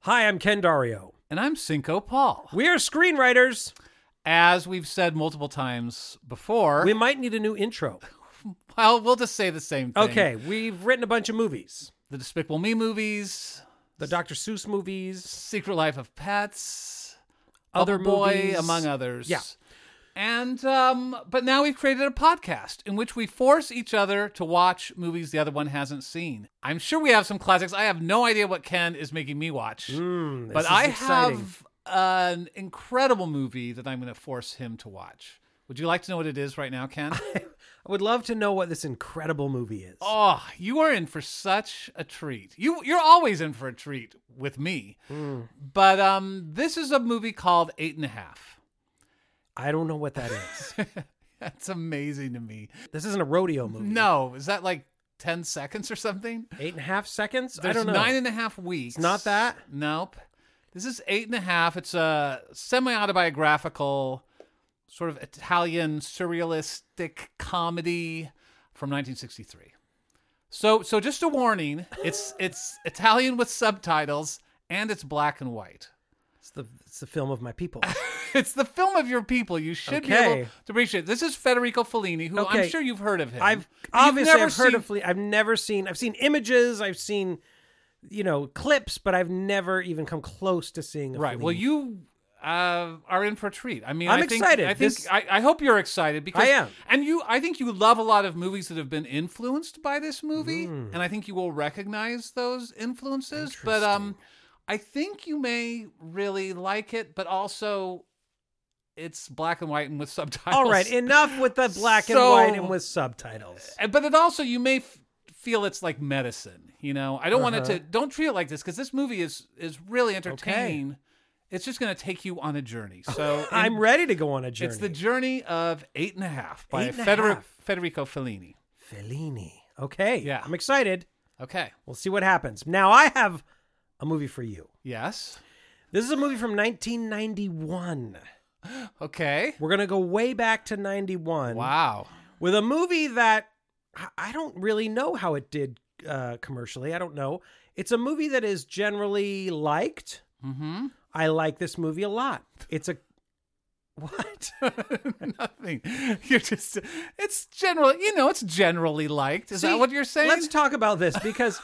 Hi, I'm Ken Dario. And I'm Cinco Paul. We're screenwriters. As we've said multiple times before, We might need a new intro. well, we'll just say the same thing. Okay, we've written a bunch of movies The Despicable Me movies, the Dr. Seuss movies, Secret Life of Pets, Other Bubble Boy, movies. among others. Yeah. And um, but now we've created a podcast in which we force each other to watch movies the other one hasn't seen. I'm sure we have some classics. I have no idea what Ken is making me watch, Mm, this but is I exciting. have an incredible movie that I'm going to force him to watch. Would you like to know what it is right now, Ken? I would love to know what this incredible movie is. Oh, you are in for such a treat. You you're always in for a treat with me. But um, this is a movie called Eight and a Half. I don't know what that is. That's amazing to me. this isn't a rodeo movie. No, is that like ten seconds or something? Eight and a half seconds? There's I don't know. nine and a half weeks. not that? Nope. This is eight and a half. It's a semi autobiographical, sort of Italian surrealistic comedy from 1963. So, so just a warning: it's it's Italian with subtitles, and it's black and white. it's, the, it's the film of my people. It's the film of your people. You should be Okay. able to reach it. This is Federico Fellini, who I'm Okay. sure you've heard of him. I've But you've obviously never I've heard seen- of Flea. I've never seen. I've seen images. I've seen, you know, clips, but I've never even come close to seeing. A Right. Well, Fellini. you uh, are in for a treat. I mean, I'm I think, excited. I think This- I, I hope you're excited because I am. And you, I think you love a lot of movies that have been influenced by this movie, Mm. and I think you will recognize those influences. But um, I think you may really like it, but also. It's black and white and with subtitles. All right, enough with the black So- and white and with subtitles. Uh, but it also you may f- feel it's like medicine you know i don't want it to Uh-huh. don't treat it like this because this movie is is really entertaining it's just going to take you on a journey so I'm ready to go on a journey. it's the journey of eight and a half by Eight and a Federi- Half. federico fellini Fellini. Okay. Yeah. I'm excited. okay We'll see what happens. Now I have a movie for you. yes This is a movie from 1991. okay We're gonna go way back to 91. wow with a movie that I- I don't really know how it did uh, commercially. I don't know. It's a movie that is generally liked. mm-hmm I like this movie a lot. It's a what? nothing you're just it's generally you know it's generally liked is See, that what you're saying Let's talk about this because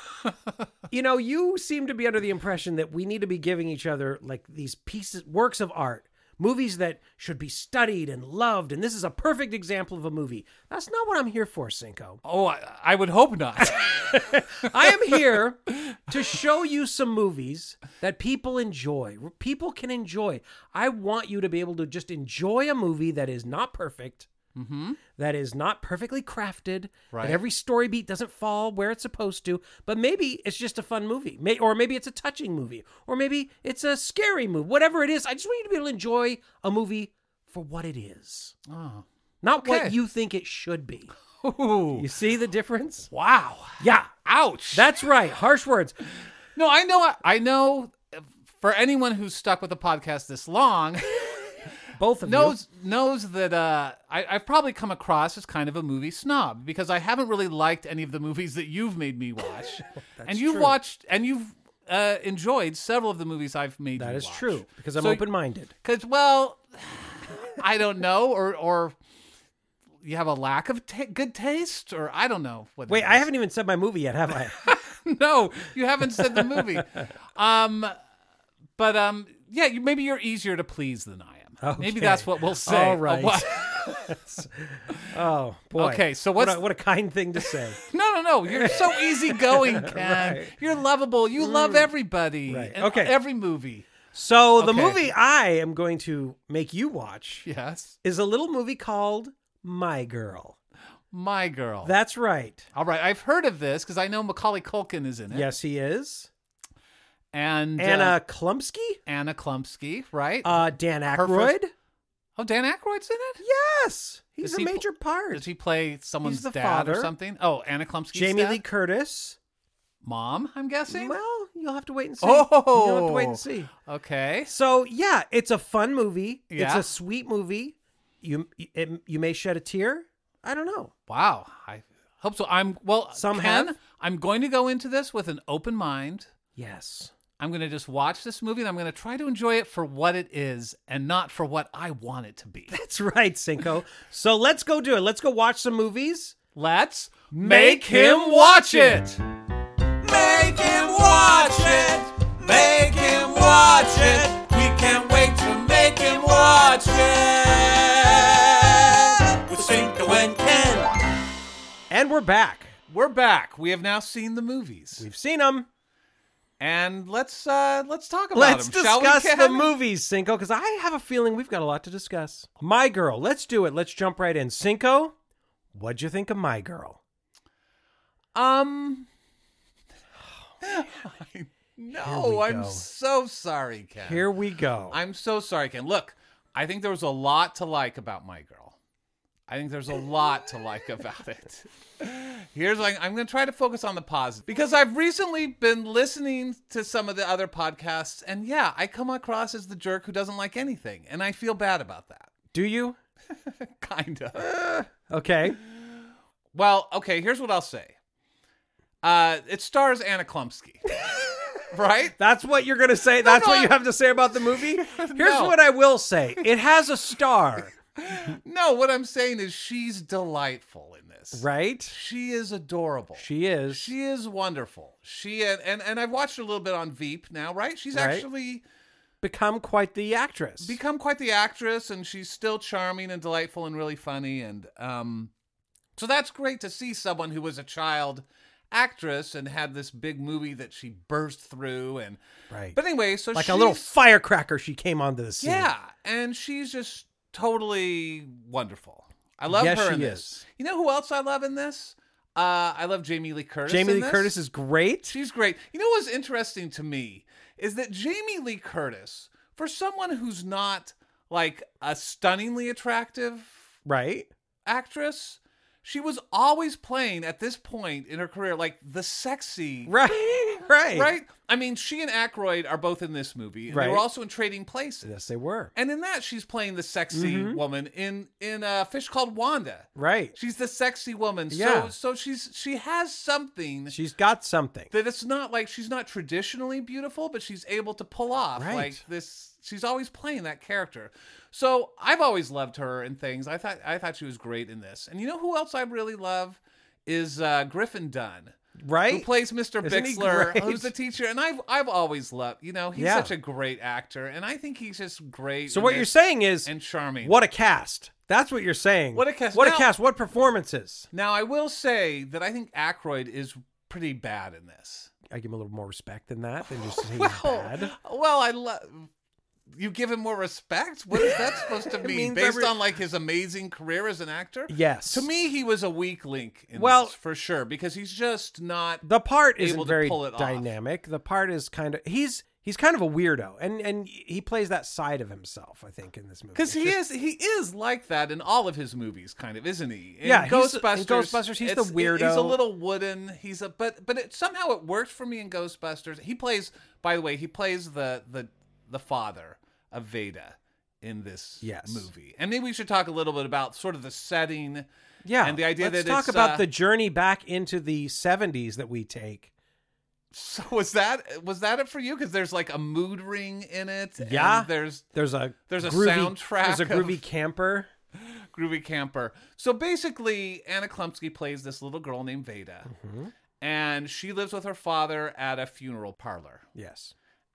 you know you seem to be under the impression that we need to be giving each other like these pieces, works of art, movies that should be studied and loved, and this is a perfect example of a movie. That's not what I'm here for, Cinco. oh I, I would hope not I am here to show you some movies that people enjoy. People can enjoy. I want you to be able to just enjoy a movie that is not perfect, that is not perfectly crafted, Mm-hmm. Right. that every story beat doesn't fall where it's supposed to, but maybe it's just a fun movie. May, or maybe it's a touching movie, or maybe it's a scary movie. Whatever it is, I just want you to be able to enjoy a movie for what it is, oh not Okay. what you think it should be. Ooh. You see the difference? wow Yeah. ouch That's right. Harsh words. No, I know. I know. For anyone who's stuck with the podcast this long, Both of you. knows knows that uh, I, I've probably come across as kind of a movie snob because I haven't really liked any of the movies that you've made me watch, and you've true. watched and you've uh, enjoyed several of the movies I've made. That you is watch. true because I'm So- open minded. Because well, I don't know, or or you have a lack of ta good taste, or I don't know. What it Wait, I is. haven't even said my movie yet, have I? no, you haven't said the movie. Um, but um, yeah, you, maybe you're easier to please than I am. Okay. Maybe that's what we'll say. All Uh, right. what- oh boy. Okay, so What what's- a, what a kind thing to say. no, no, no. You're so easygoing, Ken. Right. Mm. You're lovable. You love everybody. Right. and Okay. Every movie. So the Okay. movie I am going to make you watch Yes. is a little movie called My Girl. My girl. That's right. All right. I've heard of this because I know Macaulay Culkin is in it. Yes, he is. And uh, Anna Klumsky, Anna Klumsky, right? uh, Dan first- Aykroyd. oh, Dan Aykroyd's in it. Yes, he's Does a he pl- major part. Does he play someone's the dad or father. something? Oh, Anna Klumsky's Jamie dad? Lee Curtis. mom. I'm guessing. Well, you'll have to wait and see. Oh. you'll have to wait and see. Okay. So yeah, it's a fun movie. Yeah. It's a sweet movie. You it, you may shed a tear. I don't know. Wow. I hope so. I'm well. Some Ken, have. I'm going to go into this with an open mind. Yes. I'm going to just watch this movie and I'm going to try to enjoy it for what it is and not for what I want it to be. That's right, Cinco. so let's go do it. Let's go watch some movies. Let's make him watch it. Make him watch it. Make him watch it. We can't wait to make him watch it. With Cinco and Ken. And we're back. We're back. We have now seen the movies. We've seen them. And let's uh let's talk about Let's them. shall we, discuss the Ken? movies, Cinco, because I have a feeling we've got a lot to discuss. My Girl. Let's do it. Let's jump right in. Cinco, what'd you think of My Girl? Um I we know. I'm go. so sorry, Ken. Here we go. I'm so sorry, Ken. Look, I think there was a lot to like about My Girl. I think there's a lot to like about it. Here's like I'm going to try to focus on the positive because I've recently been listening to some of the other podcasts and yeah, I come across as the jerk who doesn't like anything and I feel bad about that. do you? Kind of. Okay. Well, okay, here's what I'll say. Uh, it stars Anna Klumsky. right? That's what you're going to say. That's what no, you have to say about the movie. Here's No. what I will say it has a star, No, what I'm saying is she's delightful in this. right? She is adorable. She is. She is wonderful. She and and, and I've watched her a little bit on Veep now, right? She's Right. actually become quite the actress. become quite the actress and she's still charming and delightful and really funny and um so that's great to see someone who was a child actress and had this big movie that she burst through and right. but anyway, so like a she's, little firecracker, she came onto the scene. Yeah, and she's just totally wonderful. I love Yes, her in she this. is. You know who else I love in this? Uh, I love Jamie Lee Curtis. Jamie in Lee this. Curtis is great. She's great. You know what's interesting to me is that Jamie Lee Curtis, for someone who's not like a stunningly attractive Right. actress, she was always playing at this point in her career like the sexy Right. Right. right? I mean, she and Aykroyd are both in this movie. And They Right. were also in Trading Places. Yes, they were. And in that, she's playing the sexy Mm-hmm. woman in in a fish called Wanda. Right. She's the sexy woman. Yeah. So so she's she has something She's got something. that it's not like she's not traditionally beautiful, but she's able to pull off Right. like this. She's always playing that character. So I've always loved her in things. I thought I thought she was great in this. And you know who else I really love is uh, Griffin Dunn who Right. plays Mr. Isn't he Bixler, great? who's the teacher, and I've I've always loved. You know, he's Yeah. such a great actor, and I think he's just great. so in what you're this saying is, and charming. what a cast. That's what you're saying. What a cast. What a Now- cast. What performances. Now I will say that I think Aykroyd is pretty bad in this. I give him a little more respect than that than just saying Well, bad. well, I love. You give him more respect. What is that supposed to It mean? means Based every- on like his amazing career as an actor. Yes. To me, he was a weak link. In Well- this, for sure, because he's just not. the part able isn't to very pull it off. dynamic. The part is kind of he's he's kind of a weirdo, and and he plays that side of himself. I think in this movie Because It's he just- is he is like that in all of his movies, kind of, isn't he? In Yeah, he's the- in Ghostbusters. Ghostbusters, he's the it's- he- He's a weirdo. little wooden. He's a but but it, somehow it worked for me in Ghostbusters. He plays, by the way, he plays the the the father of Veda in this Yes. movie. And maybe we should talk a little bit about sort of the setting. yeah. and the idea Let's that talk it's, about uh, the journey back into the seventies that we take. So was that was that it for you? Because there's like a mood ring in it. and Yeah. there's There's a There's a groovy, soundtrack There's a of- groovy camper. groovy camper. So basically, Anna Klumsky plays this little girl named Veda, and she lives with her father at a funeral parlor. Yes.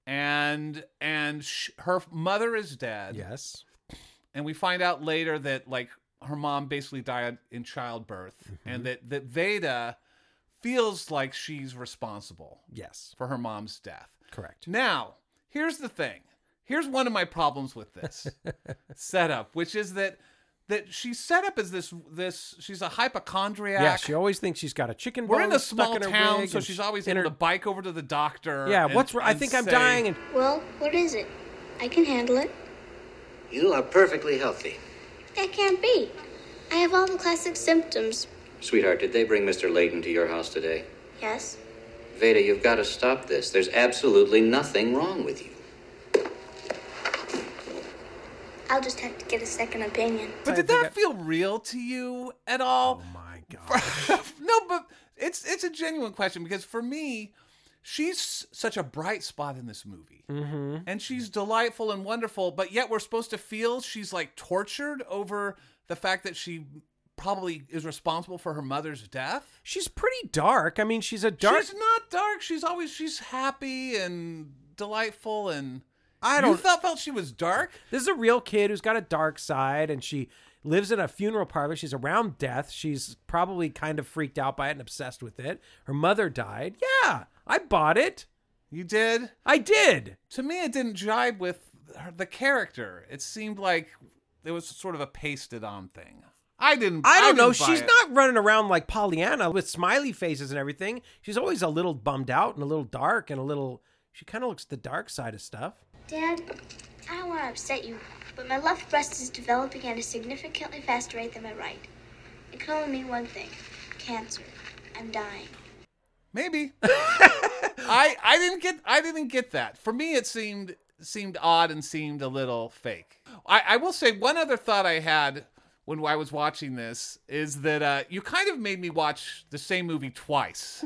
And and sh- her mother is dead, Yes. and we find out later that like her mom basically died in childbirth, and that that Veda feels like she's responsible Yes. for her mom's death. Correct. Now, here's the thing. Here's one of my problems with this setup, which is that that she's set up as this this she's a hypochondriac. Yeah. She always thinks she's got a chicken. We're bone in a stuck small in her town, wig, so and she's always in able her- to bike over to the doctor. Yeah. and- what's wrong? I and think I'm say- dying. And Well, what is it? I can handle it. You are perfectly healthy. That can't be. I have all the classic symptoms. Sweetheart, did they bring Mr. Layton to your house today? Yes. Veda, you've got to stop this. There's absolutely nothing wrong with you. I'll just have to get a second opinion. But did think that I- feel real to you at all? oh my god. no, but it's it's a genuine question because for me, she's such a bright spot in this movie. Mm-hmm. And she's delightful and wonderful, but yet we're supposed to feel she's like tortured over the fact that she probably is responsible for her mother's death. She's pretty dark. I mean, she's a dark. She's not dark. She's always she's happy and delightful and I You don't- thought felt she was dark? This is a real kid who's got a dark side, and she lives in a funeral parlor. She's around death. She's probably kind of freaked out by it and obsessed with it. Her mother died. Yeah, I bought it. You did. I did. to me it didn't jibe with her, the character it seemed like it was sort of a pasted on thing i didn't I don't know. didn't buy She's it. not running around like Pollyanna with smiley faces and everything. She's always a little bummed out and a little dark and a little. She kind of looks at the dark side of stuff. Dad, I don't want to upset you, but my left breast is developing at a significantly faster rate than my right. It can only mean one thing cancer. I'm dying. maybe i i didn't get i didn't get that for me it seemed seemed odd and seemed a little fake i i will say one other thought i had when I was watching this, is that uh, you kind of made me watch the same movie twice?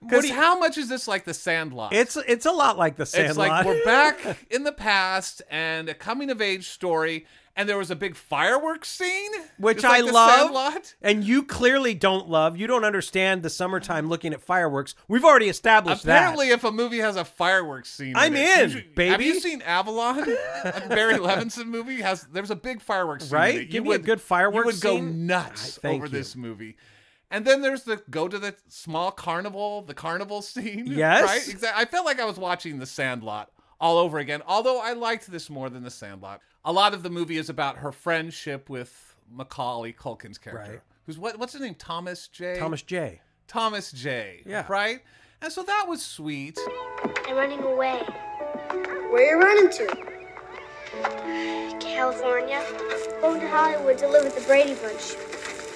Because do you- how much is this like The Sandlot? It's it's a lot like the Sandlot. It's like we're back in the past and a coming of age story, and there was a big fireworks scene, which just like I the love, Sandlot. and you clearly don't love. You don't understand the summertime looking at fireworks. We've already established Apparently, if a movie has a fireworks scene, I'm it, in, usually- Have you baby. seen Avalon? a Barry Levinson movie has. There's a big fireworks scene. Right? that you Give me a would, good fireworks You would go scene. nuts I thank over you. this movie. And then there's the go to the small carnival, the carnival scene. Yes. Right? Exactly. I felt like I was watching The Sandlot all over again, although I liked this more than The Sandlot. A lot of the movie is about her friendship with Macaulay Culkin's character. Right. Who's what, what's his name? Thomas J. that. Thomas J. Thomas J. Yeah. Right? And so that was sweet. I'm running away. Where you running to? California. Going to Hollywood to live with the Brady Bunch.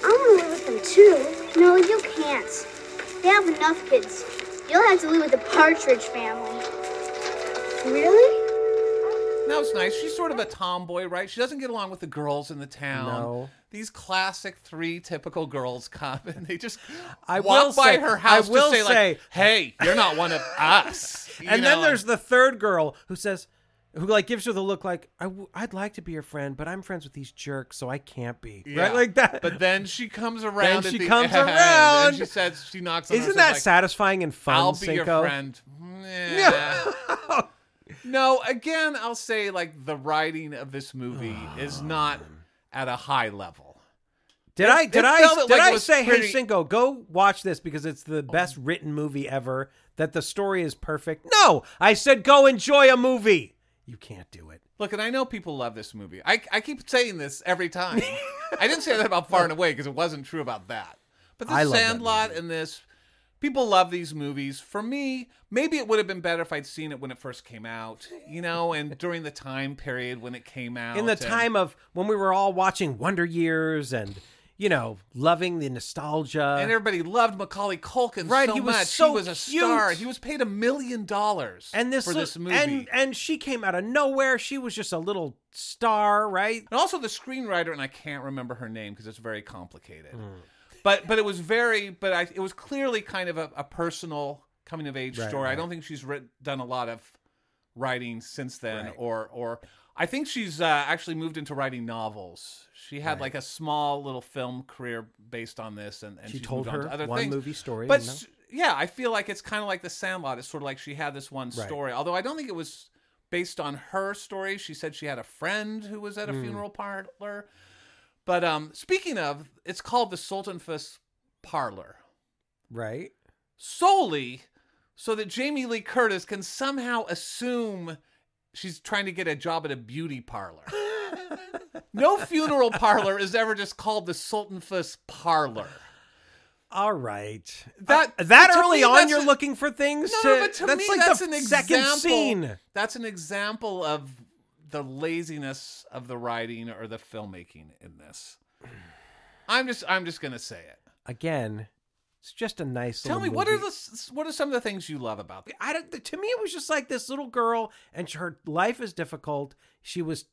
I want to live with them too. No, you can't. They have enough kids. You'll have to live with the Partridge family. Really? That was nice. She's sort of a tomboy, right? She doesn't get along with the girls in the town. No. These classic three typical girls come and they just I walk will by say- her house I will to say, say- like, hey, you're not one of us. You And know, um, then there's the third girl who says, who like gives her the look like I w- I'd like to be your friend, but I'm friends with these jerks, so I can't be. yeah. Right like that. But then she comes around. Then at she the comes end, around. And she says she knocks on her isn't door, that like, satisfying and fun? I'll be your Cinco? friend. Nah. no, again, I'll say like the writing of this movie Ah. is not at a high level. Did I did it I felt did like it I was say pretty- Oh. hey Cinco go watch this because it's the best written movie ever that the story is perfect? No, I said go enjoy a movie. You can't do it. Look, and I know people love this movie. I, I keep saying this every time. I didn't say that about Far and Away because it wasn't true about that. But I The love that Sandlot and this, people love these movies. For me, maybe it would have been better if I'd seen it when it first came out, you know, and during the time period when it came out. In the and- time of when we were all watching Wonder Years and you know loving the nostalgia. And everybody loved Macaulay Culkin Uh, Right, so he was much. so he was a cute. star. He was paid a million dollars and this, for li- this movie. and and she came out of nowhere. She was just a little star, right? and also the screenwriter and i can't remember her name because it's very complicated Hmm. but but it was very but i it was clearly kind of a, a personal coming of age story i don't think she's writ- done a lot of writing since then or or i think she's uh, actually moved into writing novels she had like a small little film career based on this and, and She she's told moved on to her other one things. movie story but and s- yeah i feel like it's kind of like the sandlot it's sort of like she had this one story although i don't think it was based on her story. She said she had a friend who was Hmm. at a funeral parlor. But um, speaking of, it's called the Sultanfuss Parlor Right. solely so that Jamie Lee Curtis can somehow assume she's trying to get a job at a beauty parlor. no funeral parlor is ever just called the Sultanfuss Parlor. All right. That- Uh, that but to early me, on, that's you're a- looking for things. No, to- but to that's me, like that's the an second example. scene. That's an example of the laziness of the writing or the filmmaking in this. I'm just, I'm just gonna say it. Again, it's just a nice. Tell me, little what are movie. the, s- what are some of the things you love about this? I don't. To me, it was just like this little girl, and her life is difficult. She was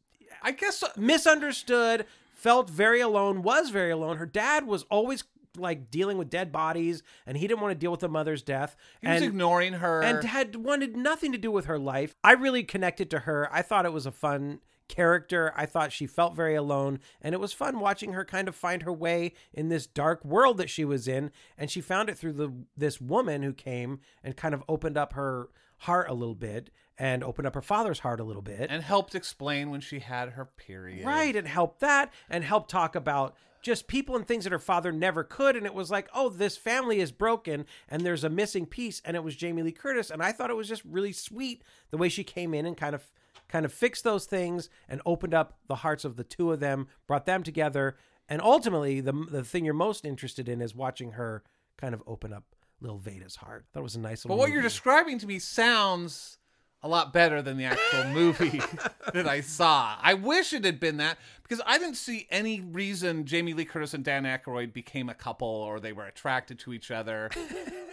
I guess uh, misunderstood, felt very alone, was very alone. Her dad was always like dealing with dead bodies, and he didn't want to deal with the mother's death. He was and ignoring her. and had wanted nothing to do with her life. I really connected to her. I thought it was a fun character. I thought she felt very alone, and it was fun watching her kind of find her way in this dark world that she was in, and she found it through the this woman who came and kind of opened up her heart a little bit and opened up her father's heart a little bit. and helped explain when she had her period. Right, and help that and help talk about just people and things that her father never could. And it was like, oh, this family is broken and there's a missing piece. And it was Jamie Lee Curtis. And I thought it was just really sweet the way she came in and kind of kind of fixed those things and opened up the hearts of the two of them, brought them together. And ultimately, the the thing you're most interested in is watching her kind of open up Lil Veda's heart. That was a nice But little what you're movie. describing to me sounds a lot better than the actual movie that I saw. I wish it had been that because I didn't see any reason Jamie Lee Curtis and Dan Aykroyd became a couple or they were attracted to each other.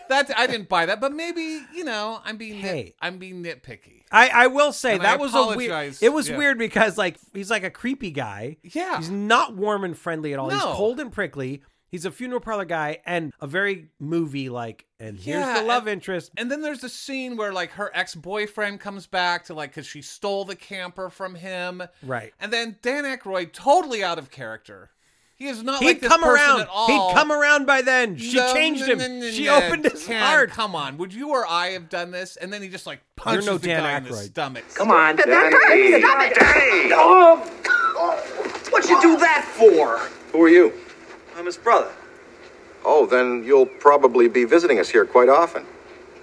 that I didn't buy that, but maybe you know I'm being nit- Hey. I'm being nitpicky. I, I will say And I that was a weird. apologize. It was Yeah. weird because like he's like a creepy guy. Yeah. he's not warm and friendly at all. He's No. cold and prickly. He's a funeral parlor guy and a very movie like. And here's Yeah, the love and- interest. And then there's the scene where like her ex-boyfriend comes back to like because she stole the camper from him. Right. And then Dan Aykroyd, totally out of character. He is not He'd like this come person around. at all. He'd come around by then. She No, changed no, him. no, no, she no, opened his Ken, heart. Come on, would you or I have done this? And then he just like punches no the Dan guy in the Aykroyd. stomach. Come on, That- that Danny. hurts. Stop it. Danny. Oh. What'd you do that for? Who are you? I'm his brother. Oh, then you'll probably be visiting us here quite often.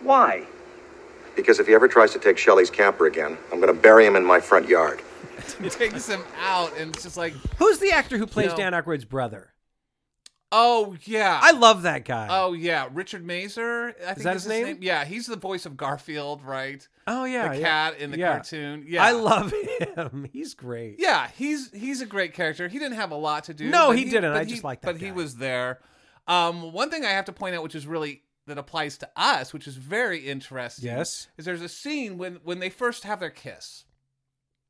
Why? Because if he ever tries to take Shelley's camper again, I'm going to bury him in my front yard. takes him out, and it's just like, Who's the actor who plays No. Dan Aykroyd's brother? oh yeah, I love that guy. oh yeah, Richard Mazer. I think that his name? Yeah, he's the voice of Garfield, right? Oh, yeah, the yeah. cat in the Yeah. cartoon. Yeah, I love him. He's great. Yeah, he's he's a great character. He didn't have a lot to do. No, but he didn't. but I just like that But he guy. was there. Um, one thing I have to point out, which is really that applies to us, which is very interesting. Yes. is there's a scene when when they first have their kiss.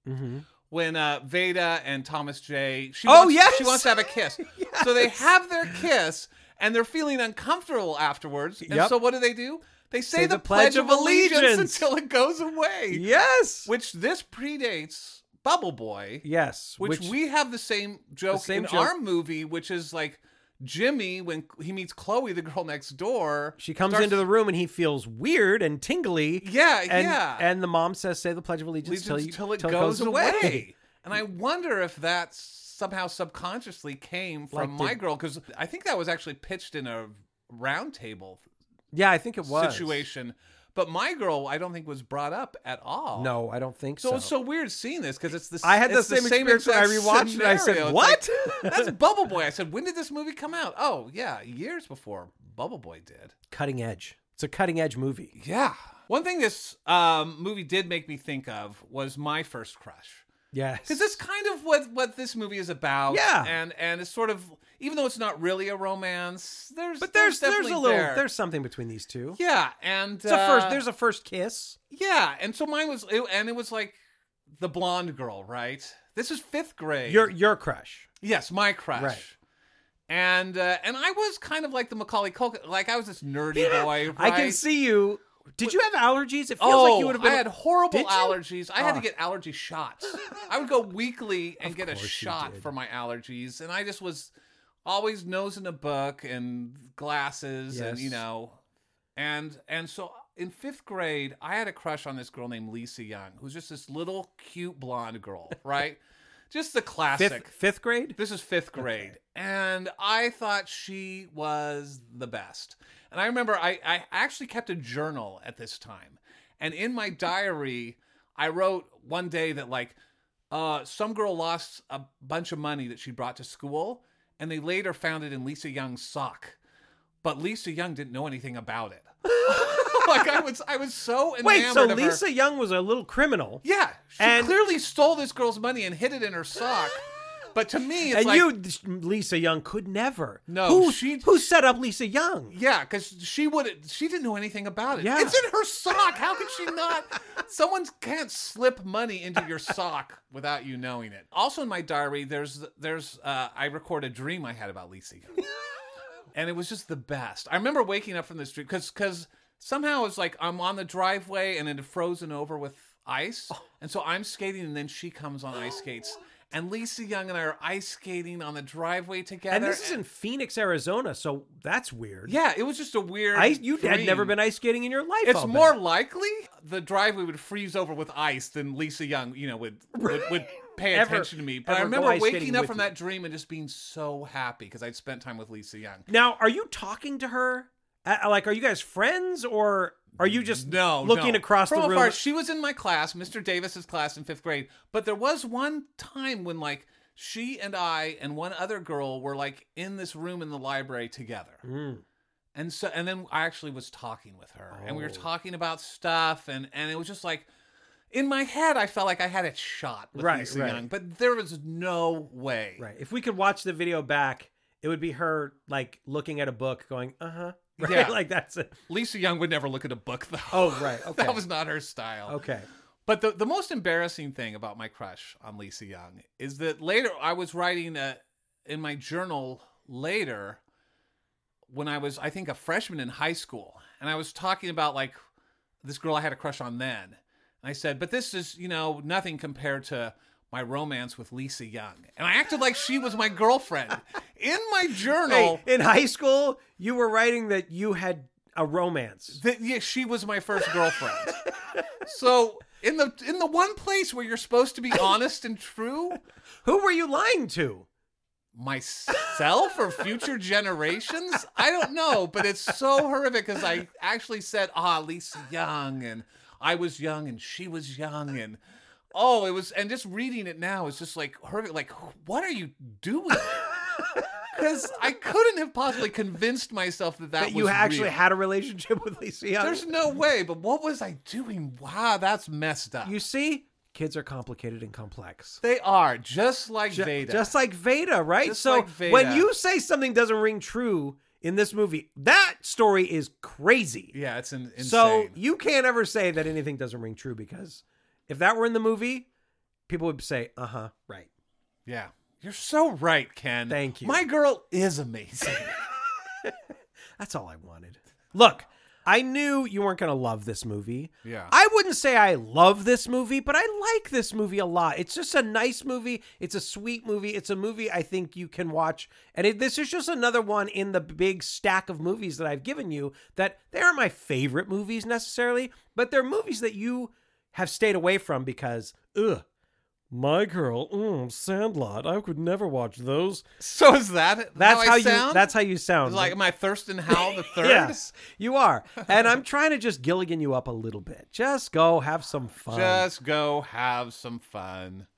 Mm-hmm. When uh, Veda and Thomas J. She Oh, wants, yes! she wants to have a kiss. So they have their kiss and they're feeling uncomfortable afterwards. And Yep. so what do they do? They say, the, Pledge of Allegiance, until it goes away. Yes. Which this predates Bubble Boy yes. which, we have the same joke same in joke. our movie, which is like Jimmy when he meets Chloe, the girl next door. She comes starts- into the room and he feels weird and tingly. yeah, and, yeah, And the mom says, "Say the Pledge of Allegiance Leaves till, it you- till it till goes, away. And I wonder if that somehow subconsciously came from Like the- my girl because I think that was actually pitched in a roundtable Yeah, I think it was situation. But my girl, I don't think was brought up at all. No, I don't think so. So, it's so weird seeing this because it's the I had the it's same experience when I exact rewatched it. I said, scenario. It's "What?" like, That's Bubble Boy. I said, when did this movie come out? Oh yeah, years before Bubble Boy did. cutting edge. It's a cutting edge movie. Yeah. One thing this um, movie did make me think of was my first crush. Yes, Because that's kind of what what this movie is about. Yeah. and and it's sort of even though it's not really a romance, there's but there's there's, definitely a little there. there's something between these two. yeah, and It's a first. uh, There's a first kiss. Yeah, and so mine was, it, and it was like the blonde girl, right? This is fifth grade. Your your crush. yes, my crush. Right. And uh, and I was kind of like the Macaulay Culkin, like I was this nerdy boy. Right? I can see you. Did you have allergies? It feels Oh, like you would have been. I had horrible Did you? allergies. I had to Ah. get allergy shots. I would go weekly and get a course you shot did. for my allergies, and I just was always nose in a book and glasses, and you Yes. know, and and so in fifth grade, I had a crush on this girl named Lisa Young, who's just this little cute blonde girl, right? just the classic. fifth fifth grade. This is fifth grade. And I thought she was the best. And I remember I, I actually kept a journal at this time. And in my diary, I wrote one day that, like, uh, some girl lost a bunch of money that she brought to school, and they later found it in Lisa Young's sock. But Lisa Young didn't know anything about it. like I was, I was so enamored Wait, so of her. Lisa Young was a little criminal, Yeah, she And- clearly stole this girl's money and hid it in her sock. But to me, it's and like, you, Lisa Young, could never. No, who she- who set up Lisa Young? yeah, because she would, she didn't know anything about it. Yeah. It's in her sock. How could she not? Someone can't slip money into your sock without you knowing it. Also, in my diary, there's there's uh, I record a dream I had about Lisa Young. and it was just the best. I remember waking up from this dream because because somehow it's like I'm on the driveway and it had frozen over with ice, Oh. and so I'm skating and then she comes on ice skates, and Lisa Young and I are ice skating on the driveway together. And this is in Phoenix, Arizona, so that's weird. yeah, it was just a weird. I, you had dream. never been ice skating in your life. It's I'll bet. more likely the driveway would freeze over with ice than Lisa Young, you know, would would, would pay Ever- attention to me. But I ever go remember ice skating waking up with from you. that dream and just being so happy because I'd spent time with Lisa Young. Now, are you talking to her? Uh, Like, are you guys friends, or are you just No, looking no. across From the room? afar, she was in my class, Mr. Davis's class in fifth grade. But there was one time when like she and I and one other girl were like in this room in the library together. Hmm. And so and then I actually was talking with her and Oh. we were talking about stuff and and it was just like in my head I felt like I had it shot with Right, Lisa right. Young, but there was no way. Right. If we could watch the video back, it would be her like looking at a book, going, "Uh huh." Right? Yeah. Like that's it. Lisa Young would never look at a book though. Oh, right. Okay. that was not her style. Okay. But the, the most embarrassing thing about my crush on Lisa Young is that later I was writing a, in my journal later when I was, I think, a freshman in high school. And I was talking about like this girl I had a crush on then. And I said, but this is, you know, nothing compared to my romance with Lisa Young. And I acted like she was my girlfriend in my journal. Hey, in high school, you were writing that you had a romance. that yeah, she was my first girlfriend. so in the in the one place where you're supposed to be honest and true, Who were you lying to? myself or future generations, I don't know, but it's so horrific because I actually said, "Ah, Lisa Young," and I was young and she was young and. Oh, it was, and just reading it now is just like horrific. Like, what are you doing? Because I couldn't have possibly convinced myself that that, That you was actually real. had a relationship with Lisa Young. There's no way, but what was I doing? Wow, that's messed up. you see, kids are complicated and complex. they are just like Ju- Veda. Just like Veda, right? Just so like Veda. when you say something doesn't ring true in this movie, that story is crazy. yeah, it's in, insane. So you can't ever say that anything doesn't ring true because if that were in the movie, people would say, "Uh huh, right." yeah, you're so right, Ken. Thank you. My girl is amazing. That's all I wanted. Look, I knew you weren't gonna love this movie. Yeah. I wouldn't say I love this movie, but I like this movie a lot. It's just a nice movie. It's a sweet movie. It's a movie I think you can watch. And it, this is just another one in the big stack of movies that I've given you that they aren't my favorite movies necessarily, but they're movies that you have stayed away from because ugh. My girl, mm, Sandlot. I could never watch those. so is that That's how, I how, you. sound? That's how you sound. like my Thurston Howell the third. Yes, you are. And I'm trying to just Gilligan you up a little bit. Just go have some fun. Just go have some fun.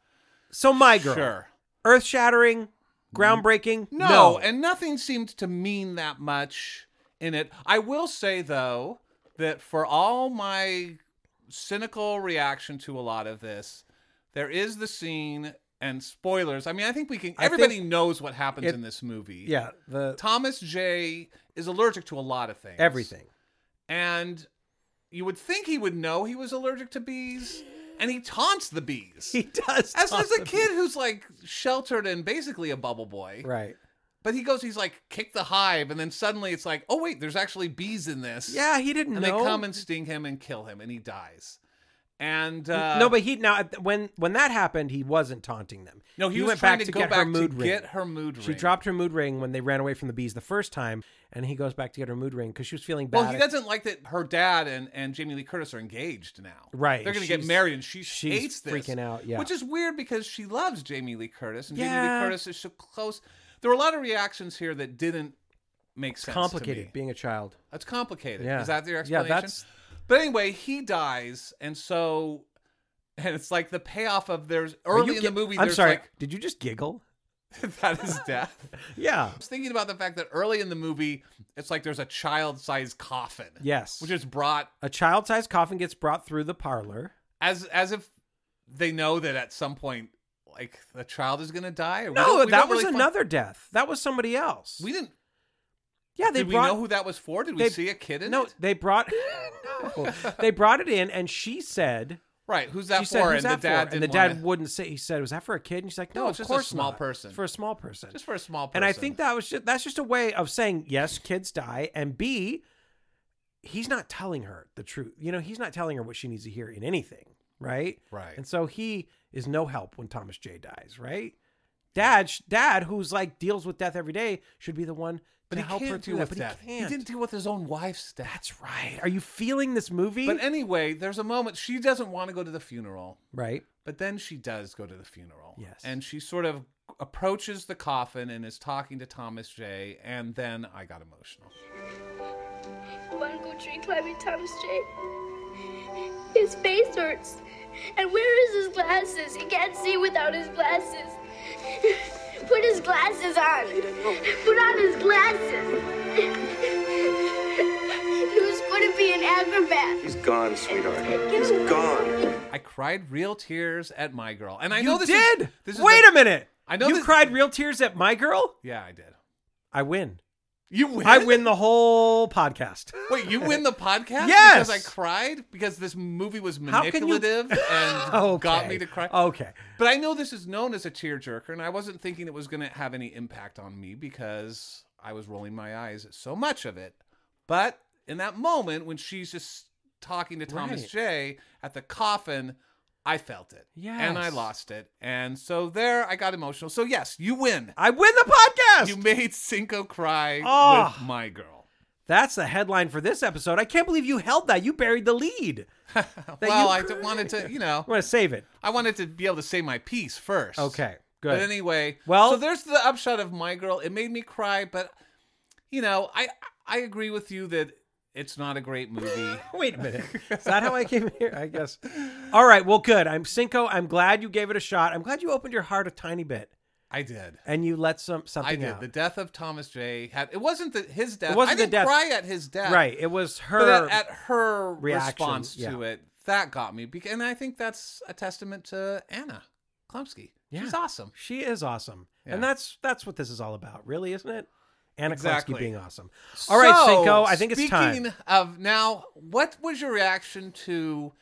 so my girl, Sure. earth shattering, groundbreaking. No, and nothing seemed to mean that much in it. I will say though that for all my cynical reaction to a lot of this, there is the scene and spoilers. I mean, I think we can. I think- Everybody knows what happens It- in this movie. yeah, the Thomas J is allergic to a lot of things. everything. And you would think he would know he was allergic to bees, and he taunts the bees. He does. as, talk as a about- kid who's like sheltered and basically a bubble boy, right? but he goes, he's like, kick the hive, and then suddenly it's like, oh wait, there's actually bees in this. Yeah, he didn't and know. they come and sting him and kill him, and he dies. And uh, no, but he now when when that happened, he wasn't taunting them. no, he, was went trying back to, go get back her mood to ring. get her mood ring. she dropped her mood ring when they ran away from the bees the first time, and he goes back to get her mood ring because she was feeling bad. Well, he doesn't like that her dad and, and Jamie Lee Curtis are engaged now. Right, They're going to get she's- married, and she she's hates this. freaking out, yeah. Which is weird because she loves Jamie Lee Curtis, and Jamie Yeah. Lee Curtis is so close. There were a lot of reactions here that didn't make sense. to me. complicated being a child. That's complicated. Yeah. Is that your Yeah, explanation? that's- But anyway, he dies, and so, and it's like the payoff of there's Are early you in gi- the movie. I'm there's sorry. Did you just giggle? like, that is death. I Yeah. was thinking about the fact that early in the movie, it's like there's a child-sized coffin. Yes. Which is brought A child sized coffin gets brought through the parlor. as as if they know that at some point, like the child is gonna die. We No, don't- that we don't was really find- another death. That was somebody else. we didn't. yeah, they did brought. we know who that was for? Did we they- see a kid in no, it? they brought. no, they brought it in, and she said, Right. Who's that she for? said, "Who's and the that for?" dad and didn't the dad wanna- wouldn't say. He said, "Was that for a kid?" And she's like, "No, No, of it's just a course small not. person. It's for a small person. just for a small person. And I think that was just, that's just a way of saying yes, kids die, and B, he's not telling her the truth. You know, he's not telling her what she needs to hear in anything, right? Right. And so he is no help when Thomas J dies, right? Dad, sh- dad, who's like deals with death every day, should be the one but to he help can't her through deal that. with But death. he can't. didn't deal with his own wife's death. that's right. Are you feeling this movie? But uh, anyway, there's a moment she doesn't want to go to the funeral, right. but then she does go to the funeral. Yes. And she sort of approaches the coffin and is talking to Thomas J. And then I got emotional. Want to go tree climbing, Thomas J? His face hurts. And where is his glasses? He can't see without his glasses. Put his glasses on. Put on his glasses. Who's going to be an acrobat? He's gone, sweetheart. He's him- gone. I cried real tears at my girl. And I you know this is- did. this is Wait the- a minute. I know you this- cried real tears at my girl. Yeah, I did. I win. You win. I win the whole podcast. Wait, you win the podcast? Yes! Because I cried? Because this movie was How can you- manipulative and got Okay. me to cry? Okay. But I know this is known as a tearjerker, and I wasn't thinking it was going to have any impact on me because I was rolling my eyes at so much of it. But in that moment when she's just talking to Thomas Right. J at the coffin, I felt it. And I Yes. lost it. And so there I got emotional. So, yes, you win. I win the podcast. You made Cinco cry Ah. with my girl. That's the headline for this episode. I can't believe you held that. You buried the lead. well, you- I d- wanted to, you know, I'm going to save it. I wanted to be able to say my piece first. Okay. Good. But anyway, Well- so there's the upshot of my girl. It made me cry, but you know, I I agree with you that it's not a great movie. Wait a minute. Is that how I came here? I guess. All right. Well, good. I'm Cinco. I'm glad you gave it a shot. I'm glad you opened your heart a tiny bit I did. and you let some I something did. out. The death of Thomas J. had it wasn't the, his death. It wasn't I the didn't death. cry at his death. right. It was But her. at, at her reaction, response to yeah. it, that got me. Bec- And I think that's a testament to Anna Klumsky. Yeah. She's awesome. she is awesome, Yeah. and that's that's what this is all about, really, isn't it? Anna Exactly. Klumsky being awesome. All right, So, Cinco. I think it's speaking time. of now, what was your reaction to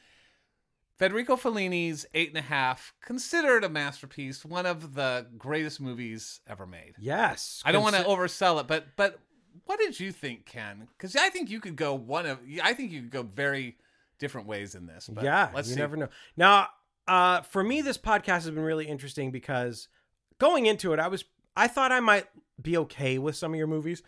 Federico Fellini's Eight and a Half, considered a masterpiece, one of the greatest movies ever made? Yes. I don't want Consi- to oversell it, but but what did you think, Ken? Because I think you could go one of, I think you could go very different ways in this. But yeah, let's you see. never know. Now, uh, for me, this podcast has been really interesting because going into it, I was I thought I might be okay with some of your movies,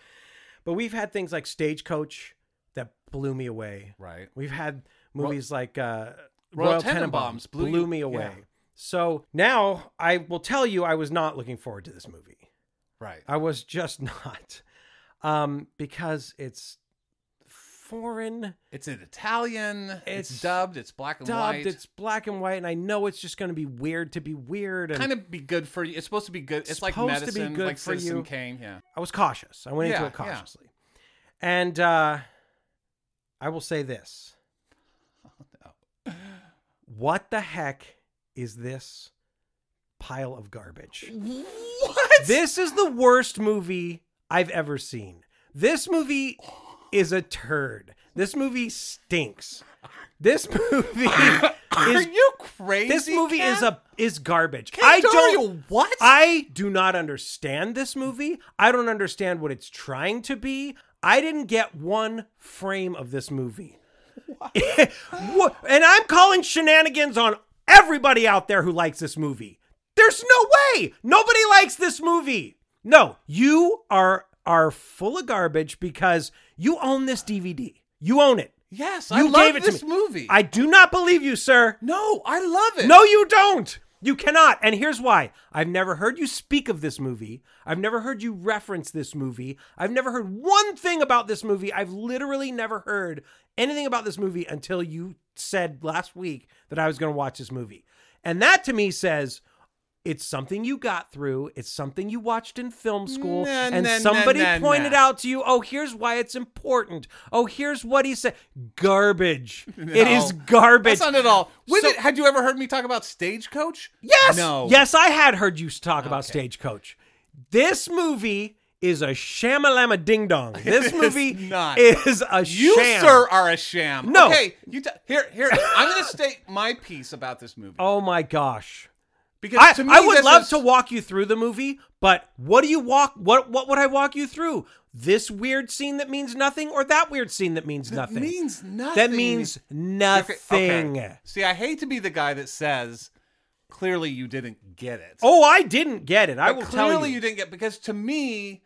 but we've had things like Stagecoach that blew me away. Right. We've had movies like uh, Royal Royal, Tenenbaums Tenenbaums blew blew, you- me away. yeah. So now I will tell you, I was not looking forward to this movie. Right. I was just not, um, because it's foreign. It's in Italian. It's, It's dubbed. It's black and dubbed. white. It's black and white, and I know it's just going to be weird to be weird. And kind of be good for you. It's supposed to be good. It's like Supposed to be medicine, good like for Citizen you. Kane. Yeah. I was cautious. I went Yeah, into yeah. it cautiously, and uh, I will say this: What the heck is this pile of garbage? What? This is the worst movie I've ever seen. This movie is a turd. This movie stinks. This movie Are is you crazy? this movie Ken? is a is garbage. Ken I Dario, don't what? I do not understand this movie. I don't understand what it's trying to be. I didn't get one frame of this movie. What? and I'm calling shenanigans on everybody out there who likes this movie. There's no way nobody likes this movie. No, you are are full of garbage because you own this DVD. You own it. yes. I You love gave it this to me. movie. I do not believe you, sir. no. I love it. No, you don't. You cannot. And here's why. I've never heard you speak of this movie. I've never heard you reference this movie. I've never heard one thing about this movie. I've literally never heard anything about this movie until you said last week that I was going to watch this movie. And that to me says it's something you got through, it's something you watched in film school, Nah, and nah, nah, somebody nah, pointed nah. out out to you, oh, here's why it's important. Oh, here's what he said. Garbage. It No. is garbage. That's not at all. With So- it, had you ever heard me talk about Stagecoach? Yes. No. Yes, I had heard you talk about Stagecoach. This movie is a shamalama ding dong. This movie not. is a You, sham. sir, are a sham. No. Okay, you t- here, here. I'm going to state my piece about this movie Oh my gosh. because I, to me, I would this love is- to walk you through the movie, but what do you walk what what would I walk you through? This weird scene that means nothing or that weird scene that means That nothing? means nothing. That means Okay, okay. nothing. See, I hate to be the guy that says clearly you didn't get it. Oh, I didn't get it. I But will clearly tell you. didn't get because to me,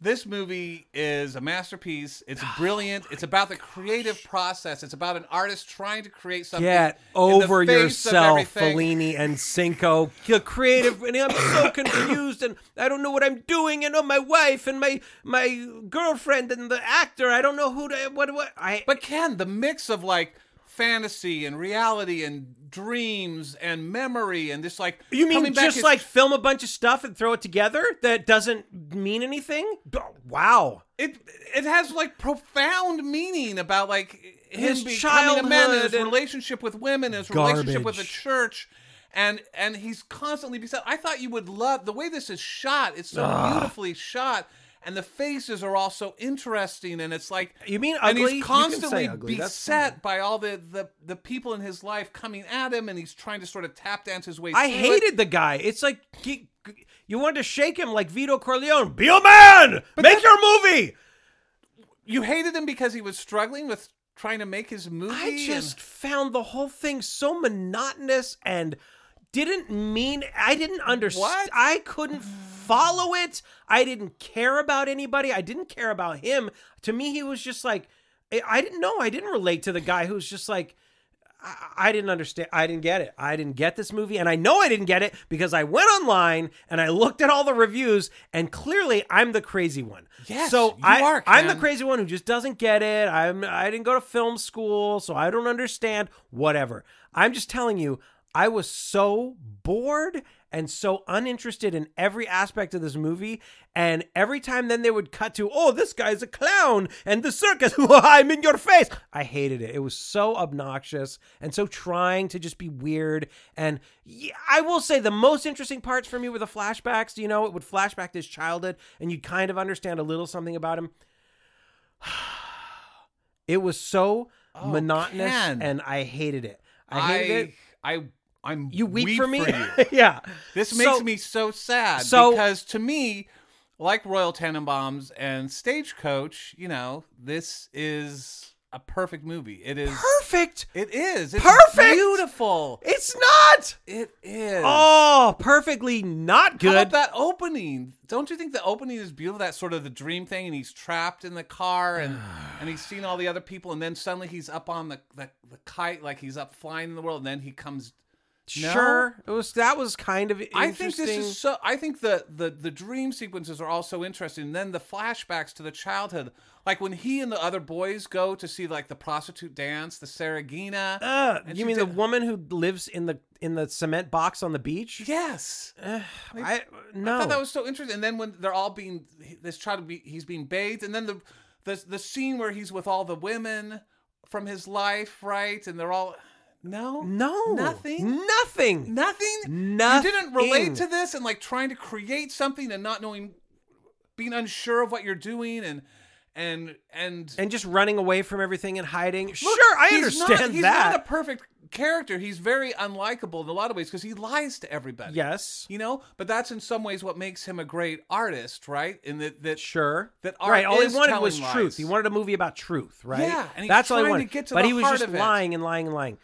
this movie is a masterpiece. It's brilliant. Oh it's about the creative process. It's about an artist trying to create something. Get in the over face of yourself, everything. Fellini and Cinco. You're creative, and I'm so confused, and I don't know what I'm doing, and oh, my wife and my my girlfriend and the actor. I don't know who. To, what what I. But Ken, the mix of like fantasy and reality and dreams and memory and this like you mean coming back just is- like film a bunch of stuff and throw it together that doesn't mean anything? D- Wow. it it has like profound meaning about like His his becoming a man and childhood his and- relationship with women his relationship with the Garbage. church and and he's constantly beset i thought you would love the way this is shot it's so beautifully shot and the faces are all so interesting and it's like You mean and ugly? You he's can constantly say ugly, that's beset by all the, the the people in his life coming at him and he's trying to sort of tap dance his way I through hated the guy. It's like he- you wanted to shake him like Vito Corleone. Be a man. Make your movie. you hated him because he was struggling with trying to make his movie I and- just found the whole thing so monotonous and didn't mean I didn't understand. What? I couldn't follow it. I didn't care about anybody. I didn't care about him. To me, he was just like I- I didn't know. I didn't relate to the guy who's just like. I- I didn't understand. I didn't get it. I didn't get this movie. And I know I didn't get it because I went online and I looked at all the reviews, and clearly I'm the crazy one. Yes, so you I, are, I'm the Ken. crazy one who just doesn't get it. I'm I didn't go to film school, so I don't understand. Whatever. I'm just telling you, I was so bored and so uninterested in every aspect of this movie. And every time then they would cut to, oh, this guy's a clown and the circus, I'm in your face. I hated it. It was so obnoxious and so trying to just be weird. And yeah, I will say the most interesting parts for me were the flashbacks. You know, it would flashback to his childhood and you'd kind of understand a little something about him. It was so Oh, monotonous, Ken. and I hated it. I I hated it. I I'm You weep, weak for me? you. yeah. This So- makes me so sad So- because to me, like Royal Tenenbaums and Stagecoach, you know, this is a perfect movie. It is. perfect. It is. It's Perfect! Beautiful. It's not. It is. Oh, perfectly not How good. about that opening? Don't you think the opening is beautiful? That sort of the dream thing, and he's trapped in the car, and and he's seen all the other people, and then suddenly he's up on the the, the kite, like he's up flying in the world, and then he comes No? Sure, it was. That was kind of. Interesting. I think this is so. I think the the the dream sequences are all so interesting. And then the flashbacks to the childhood, like when he and the other boys go to see like the prostitute dance, the Saragina. Uh, and you she mean the did- woman who lives in the in the cement box on the beach? Yes, I no. I thought that was so interesting. And then when they're all being this child, be, he's being bathed, and then the the the scene where he's with all the women from his life, right? And they're all no, no nothing, Nothing. Nothing? Nothing. You didn't relate to this and like trying to create something and not knowing being unsure of what you're doing and and and, And just running away from everything and hiding. Look, sure, I he's not- understand he's that. not a perfect character. He's very unlikable in a lot of ways because he lies to everybody. yes. You know? But that's in some ways what makes him a great artist, right? In that that Sure. that art right. All he is wanted telling was lies. truth. He wanted a movie about truth, right? Yeah, and he's that's all he trying to wanted. get to but the he was heart just of it. lying and lying and lying.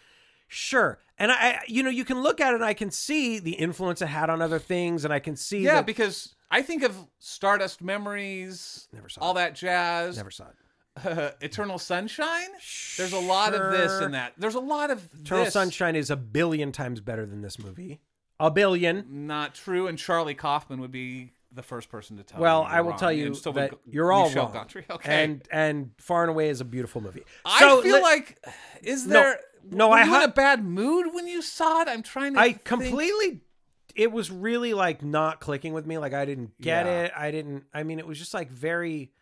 Sure. And I, I, you know, you can look at it and I can see the influence it had on other things, and I can see Yeah, that because I think of Stardust Memories, Never saw all it. that jazz, never saw it. Eternal Sunshine. There's a lot of this Sure. and that. There's a lot of Eternal this. Sunshine is a billion times better than this movie. A billion. not true, and Charlie Kaufman would be the first person to tell. Well, me I will wrong, tell and you so would that G- you're all Michel wrong. Gondry. Okay, And and Far and Away is a beautiful movie. I So feel let- like is No, there no, were I you ha- in a bad mood when you saw it. I'm trying to. I think- completely. It was really like not clicking with me. Like I didn't get Yeah. it. I didn't. I mean, it was just like very.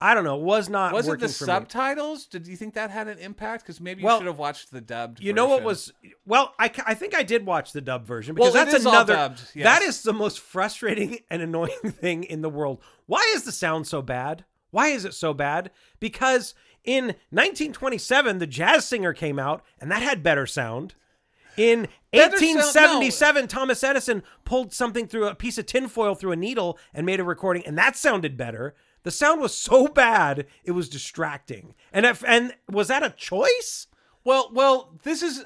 I don't know. Was not Was it working the for me. subtitles? Did you think that had an impact? Because maybe you Well, should have watched the dubbed. You know what version. was well? I, ca- I think I did watch the dub version because Well, it that's is all another dubbed, yes. that is the most frustrating and annoying thing in the world. Why is the sound so bad? Why is it so bad? Because in 1927 the jazz singer came out and that had better sound. In Better sound- 1877 Thomas Edison pulled something through a piece of tinfoil through a needle and made a recording and that sounded better. The sound was so bad it was distracting. And if, and was that a choice? Well, well, this is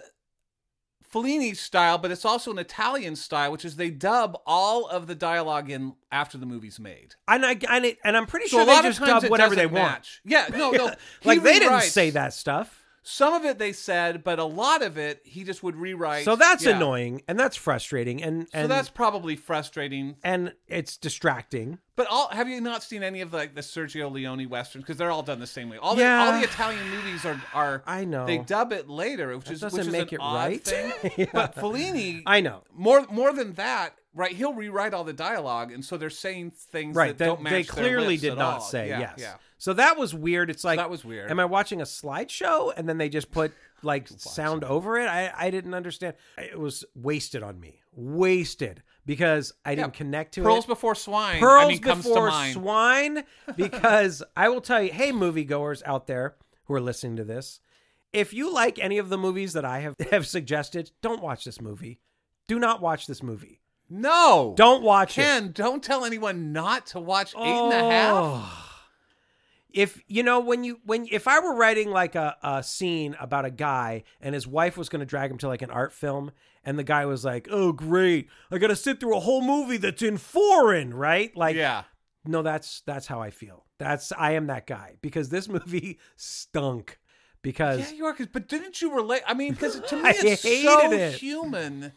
Fellini's style, but it's also an Italian style, which is they dub all of the dialogue in after the movie's made. and I and, it, and I'm pretty So sure a lot they just of times dub it whatever they doesn't want. match. Yeah, no, no. like He they didn't rewrites- say that stuff, Some of it they said, but a lot of it he just would rewrite. so that's Yeah. annoying and that's frustrating and and so that's probably frustrating. and it's distracting. But all have you not seen any of like the Sergio Leone westerns? Because they're all done the same way. All the, Yeah. all the Italian movies are are I know. they dub it later, which is doesn't which is make an it odd right. thing. Yeah. But Fellini, I know, more more than that, right? He'll rewrite all the dialogue, and so they're saying things right? that That don't match. they their clearly lips did at not all. say yeah, yes. Yeah. So that was weird. It's like that was weird. Am I watching a slideshow and then they just put like sound over it? I I didn't understand. It was wasted on me, wasted because I didn't connect to Pearls it. before swine. Pearls I mean, comes to before mind. swine, because I will tell you, hey, moviegoers out there who are listening to this, if you like any of the movies that I have, have suggested, don't watch this movie. Do not watch this movie. no, Don't watch it. Ken, don't tell anyone not to watch eight and a half. Oh. If you know when you when if I were writing like a, a scene about a guy and his wife was going to drag him to like an art film and the guy was like, "Oh great, I got to sit through a whole movie that's in foreign, right?" Like yeah, no that's that's how i feel that's i am that guy because this movie stunk because yeah, you are. 'cause- But didn't you relate? I mean, because to me, I it's so hated it. human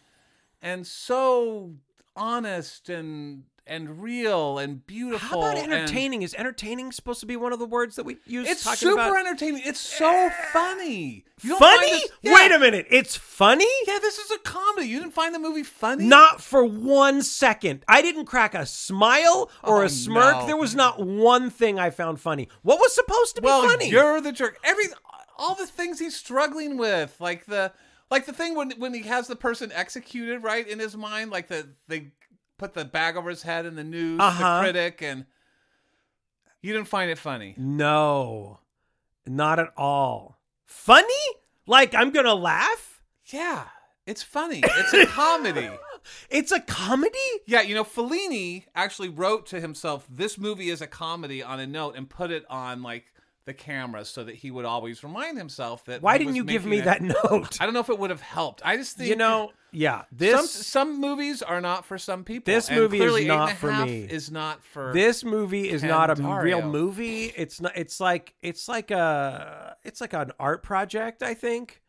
and so honest and and real and how beautiful. about and- entertaining is entertaining supposed to be one of the words that we use It's talking super about entertaining. It's so funny. You don't find funny this- wait Yeah. a minute it's funny Yeah, this is a comedy. You didn't find the movie funny? not for one second i didn't crack a smile or Oh, a smirk no. there was not one thing i found funny what was supposed to be well, funny you're the jerk. Every all the things he's struggling with, like the like the thing when when he has the person executed right in his mind, like the they put the bag over his head and the news, Uh-huh. the critic, and you didn't find it funny. no not at all funny like i'm gonna laugh Yeah, it's funny. It's a comedy. it's a comedy Yeah, you know, Fellini actually wrote to himself, "This movie is a comedy" on a note and put it on like the camera so that he would always remind himself that. Why he didn't was you give making me it. that note? I don't know if it would have helped. I just think you know, yeah. some This some movies are not for some people. This and movie is clearly Eight not and a for Half me. Is not for this movie is Ken not a real Dario. movie. It's not. It's like it's like a it's like an art project. I think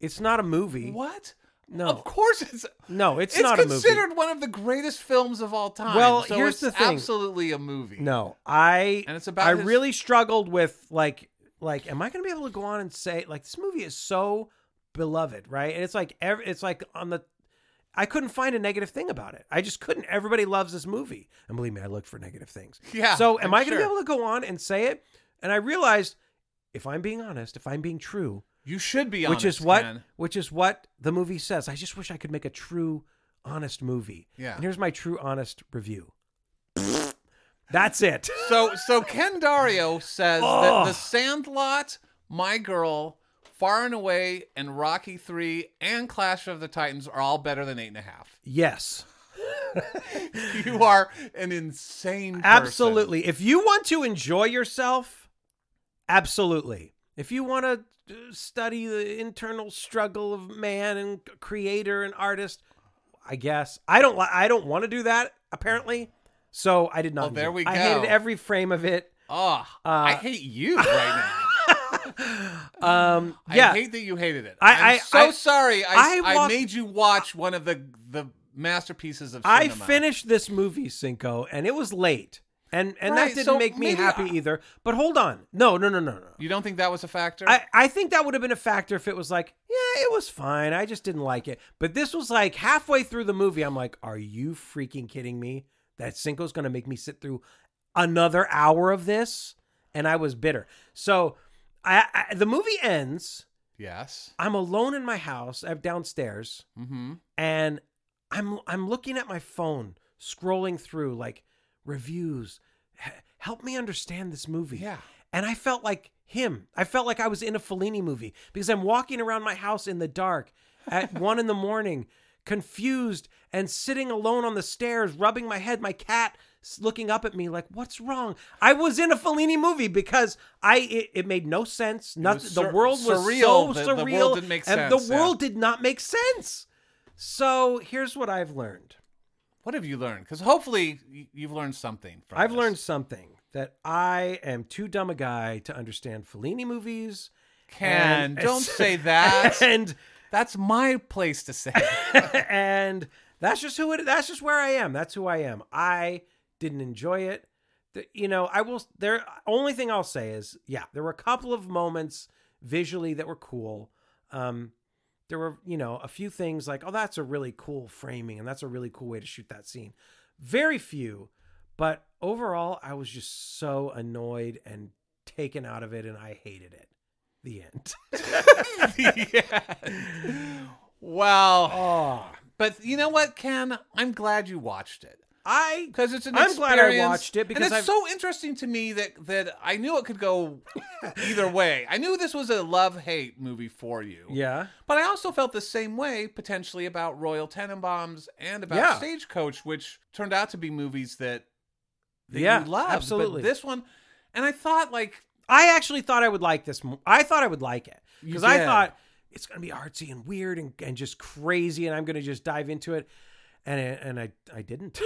it's not a movie. what? No. of course it's No, it's, it's, not a movie. considered one of the greatest films of all time. Well, so here's it's the thing. absolutely a movie. No, I And it's about I his- really struggled with like like am I going to be able to go on and say like this movie is so beloved, right? And it's like every, it's like on the I couldn't find a negative thing about it. I just couldn't. Everybody loves this movie. And believe me, I look for negative things. Yeah, So am I'm I going to sure. be able to go on and say it? And I realized if I'm being honest, if I'm being true, you should be which is honest. what Ken. which is what the movie says. I just wish I could make a true, honest movie. Yeah. And here's my true, honest review. That's it. So so Ken Dario says that Ugh. The Sandlot, My Girl, Far and Away, and Rocky Three and Clash of the Titans are all better than eight and a half. Yes, You are an insane person. absolutely. If you want to enjoy yourself, absolutely. If you want to study the internal struggle of man and creator and artist, I guess I don't. Li- I don't want to do that. Apparently, so I did not. Well, enjoy there it. we I go. hated every frame of it. Oh, Uh, I hate you right now. Um, yeah, I hate that you hated it. I- am I- so I- sorry. I, I I, walked- made you watch one of the the masterpieces of I cinema. finished this movie, Cinco, and it was late, and and Right, that didn't so make me maybe happy I- either. But hold on, no, no, no, no, no. You don't think that was a factor? I, I think that would have been a factor if it was like, yeah, it was fine. I just didn't like it. But this was like halfway through the movie. I'm like, are you freaking kidding me? That Cinco's going to make me sit through another hour of this? and I was bitter. So I, I the movie ends. Yes. I'm alone in my house. I'm downstairs, Mm-hmm. and I'm I'm looking at my phone, scrolling through like reviews. H- help me understand this movie. Yeah. And I felt like him. I felt like I was in a Fellini movie because I'm walking around my house in the dark at one in the morning, confused and sitting alone on the stairs, rubbing my head. My cat s- looking up at me like, "What's wrong?" I was in a Fellini movie because I it, it made no sense. Nothing. was The sur- world was surreal. so The- the surreal. world didn't make and sense, The yeah. world did not make sense. So here's what I've learned. What have you learned? Because hopefully y- you've learned something. From I've this. learned something that I am too dumb a guy to understand Fellini movies. Can and- don't say that. And That's my place to say. and that's just who it. That's just where I am. That's who I am. I didn't enjoy it. The- you know, I will. There only thing I'll say is, yeah, there were a couple of moments visually that were cool. Um, there were you know a few things like, oh, that's a really cool framing, and that's a really cool way to shoot that scene. Very few, but overall, I was just so annoyed and taken out of it, and I hated it. The end. yeah. Well, Oh, but you know what, Ken? I'm glad you watched it. I because it's an I'm glad I experience, watched it because and it's I've- so interesting to me that that I knew it could go either way. I knew this was a love hate movie for you, yeah. But I also felt the same way potentially about Royal Tenenbaums and about Yeah. Stagecoach, which turned out to be movies that, that Yeah, you loved. absolutely. But this one, and I thought like I actually thought I would like this. mo- I thought I would like it You because I did. thought it's going to be artsy and weird and, and just crazy, and I'm going to just dive into it. And I, and I I didn't.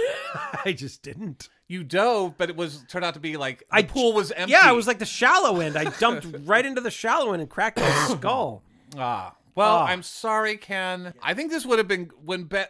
I just didn't. you dove, but it was turned out to be like the I pool was empty. Yeah, it was like the shallow end. I dumped right into the shallow end and cracked my skull. Ah, well, Ah. I'm sorry, Ken. I think this would have been when be-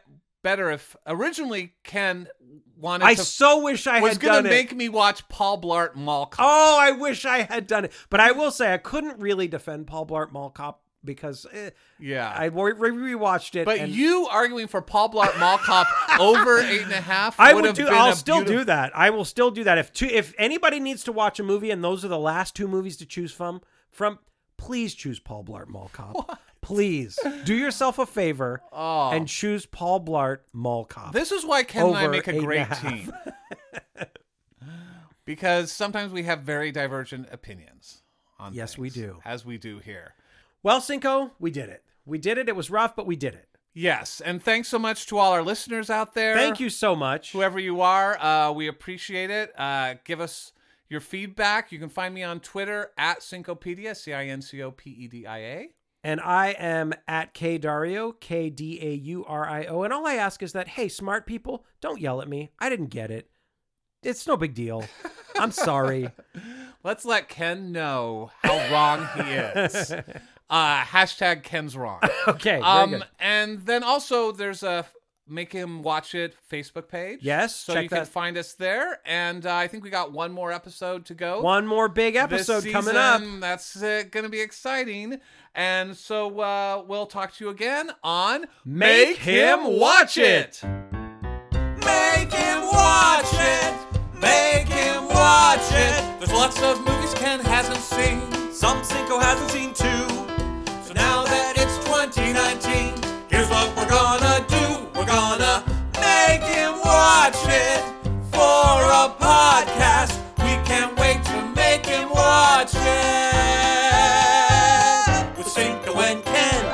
better if originally Ken wanted I to so wish I was had gonna done it. make me watch Paul Blart Mall Cop. Oh, I wish I had done it. But I will say I couldn't really defend Paul Blart Mall Cop because eh, yeah. I re- re- rewatched it. but and you arguing for Paul Blart Mall Cop over eight and a half, I would would have do. Been I'll a still beautiful- do that. I will still do that. If two, if anybody needs to watch a movie and those are the last two movies to choose from, from please choose Paul Blart Mall Cop. Please do yourself a favor Oh. and choose Paul Blart Mall Cop. This is why Ken and I Over make a eight and a great half. team. because sometimes we have very divergent opinions on Yes, we things, do. As we do here. well, Cinco, we did it. We did it. It was rough, but we did it. Yes, and thanks so much to all our listeners out there. Thank you so much. whoever you are uh, we appreciate it uh, give us your feedback you can find me on twitter at syncopedia E c-i-n-c-o-p-e-d-i-a And I am at K Dario, K D A U R I O. And all I ask is that, hey, smart people, don't yell at me. I didn't get it. It's no big deal. I'm sorry. let's let ken know how wrong he is uh, hashtag ken's wrong Okay. very good. um, and then also there's a make him watch it facebook page Yes, so check you can that. find us there and uh, i think we got one more episode to go One more big this episode coming up. season. That's uh, going to be exciting. And so uh, we'll talk to you again on Make Him Watch It. Make him watch it. Make him watch it. There's lots of movies Ken hasn't seen. Some Cinco hasn't seen two. So now that it's 2019, here's what we're gonna do. We're gonna make him watch it for a podcast. We can't wait to make him watch it with Cinco and Ken.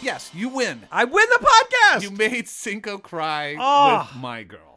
Yes, you win. I win the podcast. You made Cinco cry Ah. with My Girl.